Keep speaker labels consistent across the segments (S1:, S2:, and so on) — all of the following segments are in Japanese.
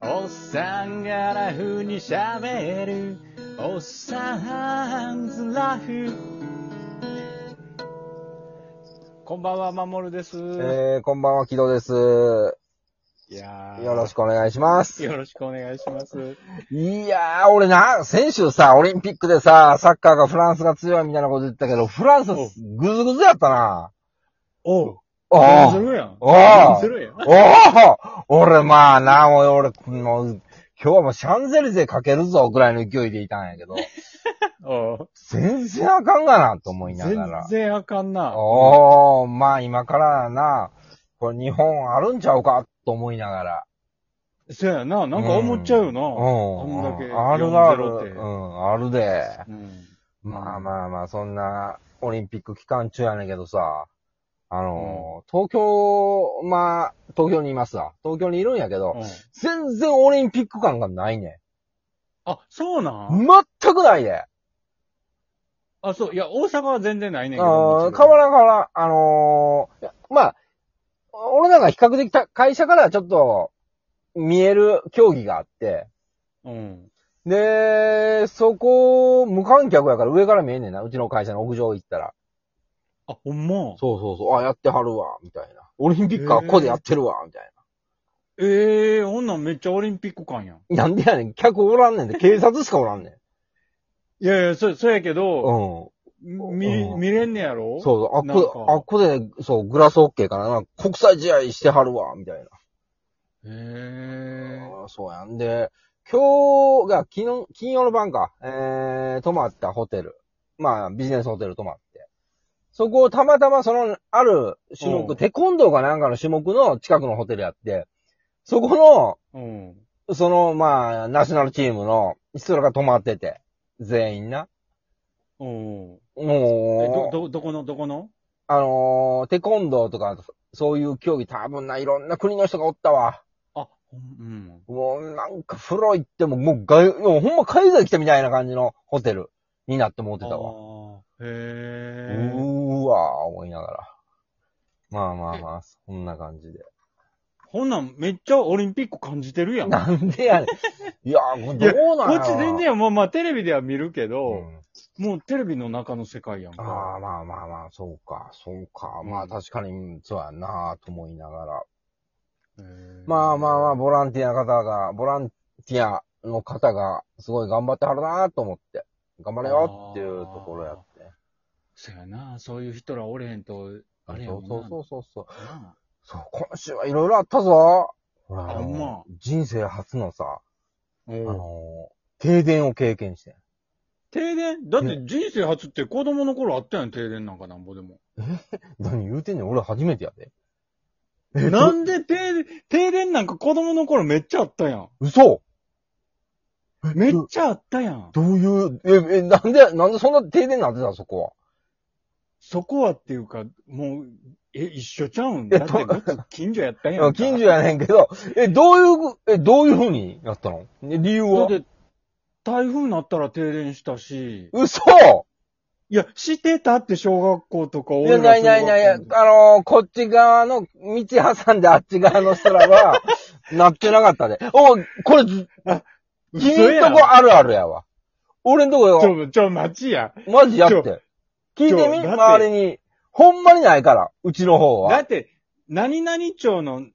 S1: おっさんがラフに喋る。おっさんずラフ。こんばんは、まもるです。
S2: えー、こんばんは、木戸です。よ
S1: いやー
S2: ろしくお願いします。
S1: よろしくお願いします。
S2: いやー、俺な、先週さ、オリンピックでさ、サッカーがフランスが強いみたいなこと言ったけど、フランス
S1: おう、
S2: ぐずぐずやったな。
S1: おう。
S2: お
S1: 何す
S2: ー
S1: るやん。
S2: おう
S1: 何するやん。
S2: おー俺、まあな、もう俺、もう、今日はもうシャンゼリゼかけるぞ、ぐらいの勢いでいたんやけど、
S1: おう
S2: 全然あかんがな、と思いな
S1: 全
S2: がら。
S1: 然あかんな。
S2: おー、まあ今からな、これ日本あるんちゃうか、と思いながら。
S1: そやな、なんか思っちゃうよな。
S2: うん。
S1: あんだけ
S2: うんあるある。
S1: 4-0って
S2: うん、あるで。
S1: うん
S2: まあまあまあ、そんな、オリンピック期間中やねんけどさ、あのー、東京、まあ、東京にいますわ。東京にいるんやけど、
S1: うん
S2: 全然オリンピック感がないね
S1: あ、そうなん
S2: ん。全くないで。
S1: あ、そう。いや、大阪は全然ないねんけ
S2: あ
S1: ど。
S2: ー変わらん変わらん。あのーいやまあ、俺なんか比較的た会社からちょっと、見える競技があって、
S1: うん。
S2: で、そこ、無観客やから上から見えんねんな。うちの会社の屋上行ったら。
S1: あ、ほんま。
S2: そうそうそう。あ、やってはるわ、みたいな。オリンピックはここでやってるわ、みたい
S1: ええー、女めっちゃオリンピック感やん。
S2: な。なんでやねん、客おらんねんで、警察しかおらんねん。
S1: いやいや、そ、そやけ
S2: うん。
S1: ど、
S2: そう
S1: 見、
S2: うん
S1: 見れんねやろう。
S2: そう。あっ
S1: なんか
S2: こ、あっこで、そう、グラスオッケーかな。なんか国際試合してはるわ、みたいな。
S1: へえ
S2: あーそうやんで、今日が、昨日、金曜の晩か、えー、泊まったホテル。まあ、ビジネスホテル泊まって。そこをたまたまその、ある種
S1: うん
S2: 目、テコンドーかなんかの種目の近くのホテルやって、そこの、
S1: うん。
S2: その、まあ、ナショナルチームの人らが泊まってて、全員な。
S1: うん。え、ど
S2: も、う、
S1: ど、どこの、どこの
S2: あのーテコンドーとか、そういう競技多分ないろんな国の人がおったわ。
S1: あ、ほん、
S2: もうなんか風呂行っても、もう外、もうほんま海外来たみたいな感じのホテルになって思っ
S1: う
S2: て
S1: ん。
S2: たわ。
S1: あーへ
S2: う
S1: え。
S2: ーわー、思いながら。まあまあまあ、そんな感じで。
S1: ほんなんめっちゃオリンピック感じてるやん。こ
S2: なんでやね ん。いやー、これどうなんやろ
S1: っ
S2: な
S1: ち全然やん、まあまあテレビでは見るけ
S2: う
S1: ど、
S2: ん
S1: もうテレビの中の世界やん
S2: あ
S1: か。
S2: あ、まあまあまあ、そうか、そうか。
S1: うん
S2: まあ確かに、そうやなと思いながら。
S1: へー
S2: まあまあまあ、ボランティアの方が、ボランティアの方が、すごい頑張ってはるなと思って。頑張れよっていうところやって。
S1: そやな、そういう人らおれへんと、あれや
S2: そ
S1: も
S2: うん
S1: な。
S2: そうそうそうそう。
S1: な
S2: そう、今週はいろいろあったぞ。ほら、あ
S1: ほんま
S2: の、人生初のさ、
S1: あ
S2: あ
S1: うん
S2: の、停電を経験してん。
S1: 停電だって人生初って子供の頃あったやん、停電なんかなんぼでも。
S2: 何言うてんねん、俺初めてやで。え
S1: なんで停電、停電なんか子供の頃めっちゃあったやん。
S2: 嘘
S1: めっちゃあったやん。
S2: どういう、え、え、なんで、なんでそんな停電になってたんそこは。
S1: そこはっていうか、もう、え、一緒ちゃうん
S2: え
S1: だってごっつ近所やったや
S2: うんん
S1: か。
S2: 近所やねんけど、え、どういう、え、どういう風になったのね理由は
S1: だって、台風になったら停電したし、
S2: 嘘
S1: いや、してたって小学校とか
S2: い
S1: 俺
S2: や、
S1: ら
S2: ないないない、
S1: 小
S2: あ
S1: 学校
S2: のーこっち側の道挟んであっち側の人らは、 なってなかったで。おいこれ、君
S1: の嘘や
S2: んと
S1: ん。
S2: こあるあるやわ。俺んとこ
S1: ち
S2: よ、
S1: ょ、ちょ、待ちや。
S2: マジやって
S1: ち。
S2: 聞いてみ
S1: ちょだって
S2: 周りに。ほんまにないから、うちの方
S1: だ
S2: は。
S1: って、何々町の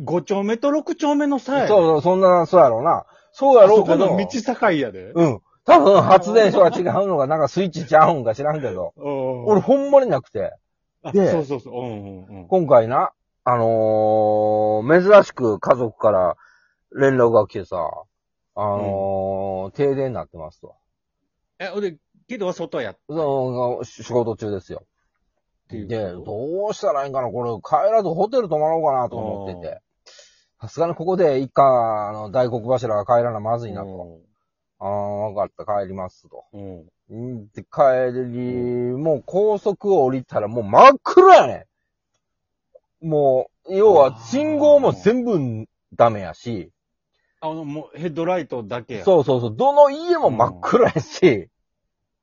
S1: 5丁目と6丁目の差
S2: そ
S1: や
S2: う
S1: で
S2: そう、そんな、そうやろうな。そうやろう
S1: そこ
S2: けど
S1: の。道境やで。
S2: うん。多分発電所が違うのが、なんかスイッチちゃうんか知らんけど。俺
S1: 俺、
S2: ほんまになくて。
S1: あ
S2: で
S1: そうそうそう。うんうんうん。
S2: 今回な、あのー、珍しく家族から連絡が来てさ、あのー、停電になってますと。
S1: え、俺、けどは外やっ
S2: その仕事中ですよ。
S1: ていう。
S2: で、どうしたらいいんかなこれ、帰らずホテル泊まろうかなと思ってて。さすがにここで一家、あの、大黒柱が帰らなまずいなと。ああ、わかった、帰りますと。
S1: うん。うん
S2: んで、帰り、もう高速を降りたらもう真っ暗やねん。もう、要は信号も全部ダメやし、
S1: あの、もう、ヘッドライトだけや。
S2: そうそうそう、どの家も真っ暗やし、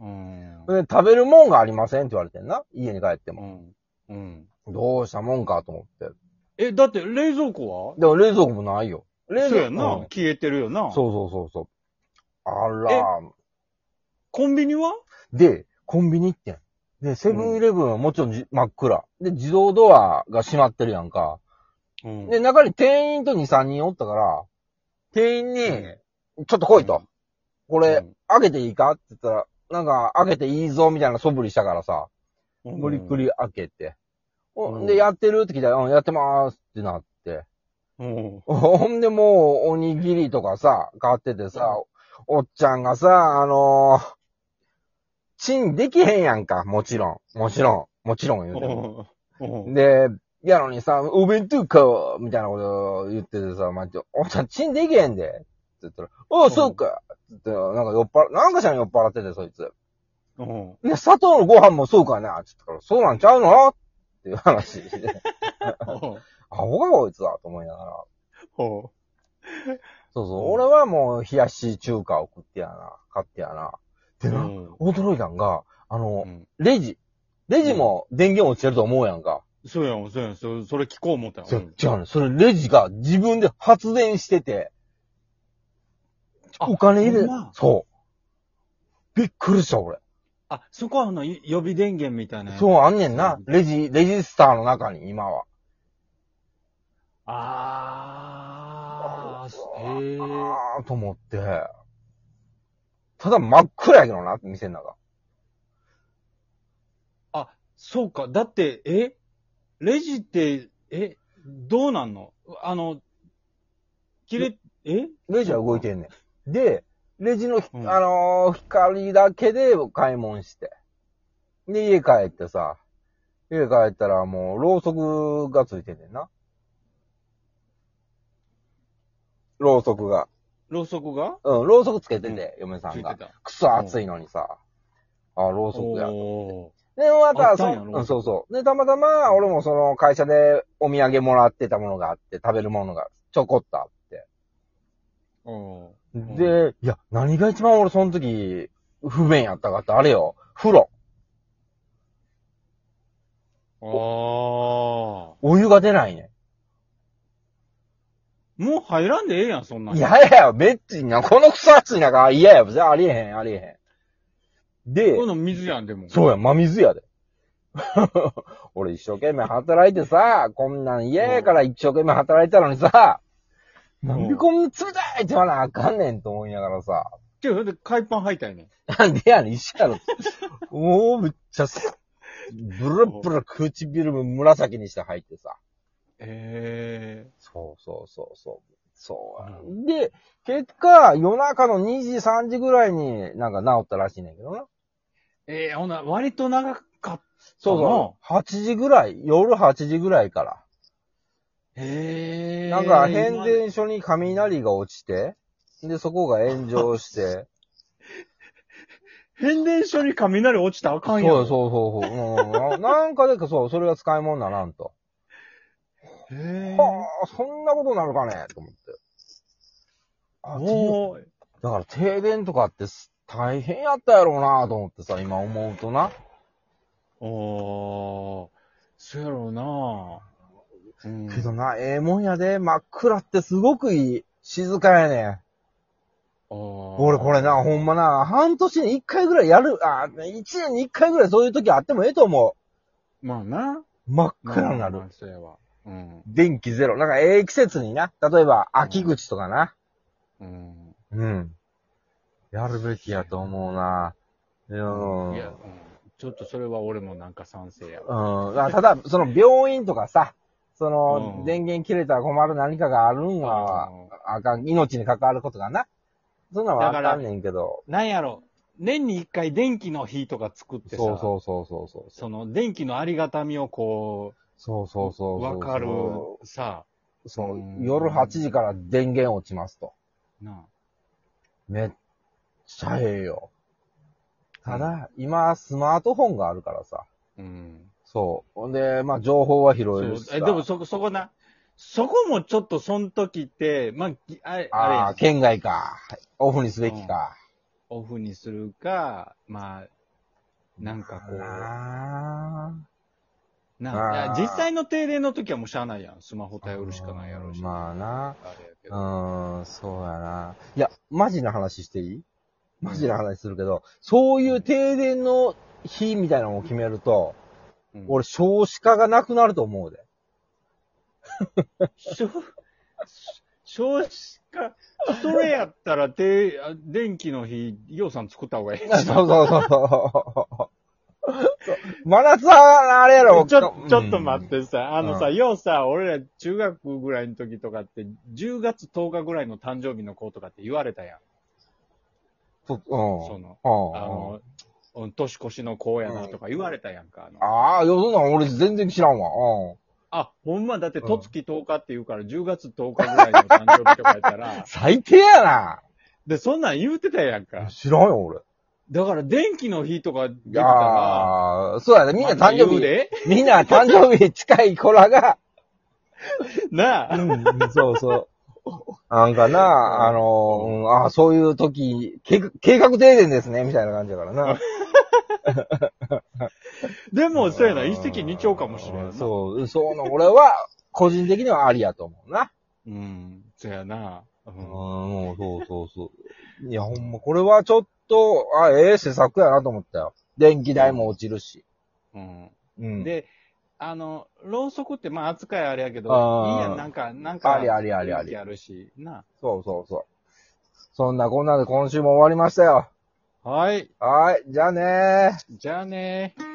S1: う。うん。
S2: で食べるもんがありませんって言われてんな、家に帰って
S1: う
S2: も。
S1: ん。うん。
S2: どうしたもんかと思って。
S1: え、だって、冷蔵庫は
S2: でも冷蔵庫もないよ。冷
S1: そうやんな、
S2: うん
S1: 消えてるよな。
S2: そうそうそうそう。あらー、
S1: コンビニは
S2: で、コンビニ行ってん。で、セブンイレブンはもちろんじ真っ暗。で、自動ドアが閉まってるやんか。
S1: うん
S2: で、中に店員と2、3人おったから、店員に、ちょっと来いと。
S1: うん
S2: これ、開けていいかって言ったら、なんか、開けていいぞ、みたいな素振りしたからさ、
S1: うん
S2: 無理くり開けて。
S1: うん
S2: おで、やってるって聞いたら、うん、やってまーすってなって。
S1: うん。
S2: ほんで、もう、おにぎりとかさ、買っててさ、おっちゃんがさ、あのーチンできへんやんか、もちろん。もちろん。もちろん言うても。
S1: うん。
S2: で、やのにさ、お弁当買おうみたいなこと言っててさ、まって、おっちゃん、チンできへんで。って言ったら、お
S1: う
S2: うんそうか。って言って、なんか酔っ払、なんかしらん酔っ払ってて、そいつ。
S1: うん。
S2: ね、砂糖のご飯もそうかな。って言ったから、そうなんちゃうのっていう 話して。アホかこいつだ、と思いながら。
S1: ほ
S2: そうそう
S1: う。ん
S2: 俺はもう、冷やし中華を食ってやな。買ってやな。
S1: う
S2: でな、驚いたんが、あの
S1: う、ん
S2: レジ。レジも電源落ちてると思うやんか。
S1: そうやん、そうやん、そそれ聞こう思った
S2: そ
S1: よ
S2: う。違うね。それレジが自分で発電してて、
S1: あ
S2: お金入
S1: ほ
S2: れ
S1: んま、
S2: そう。びっくりした、俺。
S1: あ、そこはあの、い予備電源みたいなやつ。
S2: そう、あんねんな
S1: う。
S2: レジ、レジスターの中に、今は。
S1: あー、へー。
S2: あーと思って。ただ真っ暗やけどな、店の中。
S1: あ、そうか。だって、えレジって、えどうなんのあの、切れ、え
S2: レジは動いてんねん。で、レジのひ、
S1: うん
S2: あのー光だけで買い物して。で、家帰ってさ、家帰ったらもう、ろうそくがついてんねんな。ろうそくが。
S1: ろうそくが
S2: うん、ろうそくつけてて、嫁さ
S1: つ
S2: ん
S1: いて
S2: が。
S1: た。
S2: くそ暑いのにさ。あ、ろうそくや。
S1: お
S2: で、ま
S1: あった
S2: た、
S1: ん
S2: そ
S1: やろ
S2: うんそうそう。で、たまたま、俺もその会社でお土産もらってたものがあって、食べるものがちょこっとあって。
S1: ーおん
S2: で、いや、何が一番俺その時、不便やったかって、あれよ、風呂。
S1: ーあ
S2: お湯が出ないね
S1: ー。もう入らんでええやん、そんなん。
S2: ん。いやいや、めっちゃな、このくそ暑い中、嫌や、別にありえへん、ありえへん。で
S1: こういう、の水やん、でも。
S2: そうや、真水やで。 俺一生懸命働いてさ、こんなん嫌やから一生懸命働いたのに
S1: う
S2: さ、
S1: ん
S2: なんでこんな冷たいって言わなあかんねんと思いながらさ、
S1: けど、だって海パン履いたいねん。
S2: なんでやねん、一緒やろ。 もうめっちゃさ、ブルブル唇も紫にして入ってさ。
S1: え
S2: そうそうそうそう。そうや
S1: う
S2: で、結果、夜中の2時、3時ぐらいになんか治ったらしいねんけどな。
S1: えええほな、割と長かっ
S2: そうそう。8時ぐらい、夜8時ぐらいから。
S1: た。へえ
S2: なんか、変電所に雷が落ちて、で、そこが炎 上して。
S1: 変電所に雷落ちたらあか
S2: そうん
S1: やん。
S2: そうそうそううんな。なんかでか、そう、それが使い物だなんと。
S1: う。へえ
S2: はあ、そんなことなるかねと思って。あて
S1: もう、
S2: だから停電とかってす大変やったやろうなと思ってさ、今思うとな。
S1: おー、そうやろうなうん
S2: けどな、ええもんやで、真っ暗ってすごくいい。静かやねん。俺
S1: 俺
S2: これな、ほんまな、半年に一回ぐらいやる、あ、一年に一回ぐらいそういう時あってもええと思
S1: まあな。
S2: う。真っ暗になる
S1: まあ。まあそうやわ。うん。
S2: 電気ゼロ。なんか、ええ季節にな。例えば、秋口とかな。
S1: うん。
S2: うん。やるべきやと思うな。うん。
S1: いや、うんちょっとそれは俺もなんか賛成やわ。
S2: うん。あただ、その病院とかさ、その、
S1: うん
S2: 電源切れたら困る何かがあるんは、あかん、命に関わることがな。そんなんは
S1: だか
S2: あ
S1: ら
S2: かんねんけど。
S1: なんやろ。年に一回電気の日とか作ってさ、
S2: そうそうそうそうそう。
S1: その電気のありがたみをこ
S2: そう
S1: う、
S2: そうそうそ
S1: わ
S2: う。
S1: かるさ、
S2: そうう、
S1: ん
S2: 夜8時から電源落ちますと。
S1: な
S2: めっちゃええよ。ただ、今、スマートフォンがあるからさ。
S1: あ。うん。
S2: そう。ほんで、まあ、情報は拾
S1: そ
S2: える
S1: う
S2: しさ。
S1: えでもそこ、そこな、そこもちょっとその時って、まあ、ぎあれ、あれや
S2: あ
S1: ん
S2: あ、県外か。オフにすべきか。
S1: オフにするか、まあ、なんかこう、
S2: な
S1: なあ
S2: あー
S1: 実際の停電の時はもうしゃあないやん。スマホ
S2: あ
S1: 頼るしかないやろうし。
S2: まあな。
S1: あれやけど
S2: うーん、そうやな。いや、マジな話していいマジな話するけど、そういう停電の日みたいなのを決めると、
S1: うん
S2: 俺少子化がなくなると思うで。
S1: 少、少子化、それやったら、て、あ電気の日、ようさん作った方がいい。
S2: そうそうそうそう。真夏は、あれや
S1: ちょ、
S2: ろ、
S1: ちょっと待っ
S2: う
S1: て
S2: ん。
S1: さ、あのさ、
S2: う
S1: ようさ、俺ら中学ぐらいの時とかって、10月10日ぐらいの誕生日の子とかって言われたやん。
S2: そ
S1: そ
S2: うん。
S1: の、あ
S2: うん
S1: の、うん年越しの子やなとか言われたやんか。あの
S2: ああ、よそんなん俺全然知らんわ。うん。
S1: あ、ほんま、だって、
S2: うん、
S1: とつき10日って言うから、10月10日ぐらいの誕生日とかやったら
S2: 最低や
S1: で、そんなん言うてたやん
S2: な
S1: か。
S2: 知らんよ、俺。
S1: だから、電気の日とかでき
S2: い
S1: たら、
S2: やーそうやね。みんな誕生
S1: また言う
S2: 日、
S1: で
S2: みんな誕生日近い子らが、
S1: なあ。
S2: うん、そうそう。なんかな、あの、うん、ああ、そういう時、計画計画停電ですね、みたいな感じだからな。
S1: でも、そうやな、一石二鳥かもしれ
S2: うんん
S1: な。
S2: そう、そうの、俺は、個人的にはありやと思うな。
S1: うん、そうやな。う
S2: うん、
S1: ん
S2: もうそうそうそう。いや、ほんま、これはちょっと、あ、ええ施策やなと思ったよ。電気代も落ちるし。
S1: うん。
S2: うん。
S1: で、あの、ろうそくって、まあ、扱いあれやけど、
S2: あー
S1: いいやん、なんか、なんか、
S2: ありありありあ
S1: 雰
S2: り
S1: 囲気あるし、な
S2: そうそうそう。そんなこんなで今週も終わりましたよ。
S1: あ。はい、
S2: はい、じゃあねー。
S1: じゃあねー。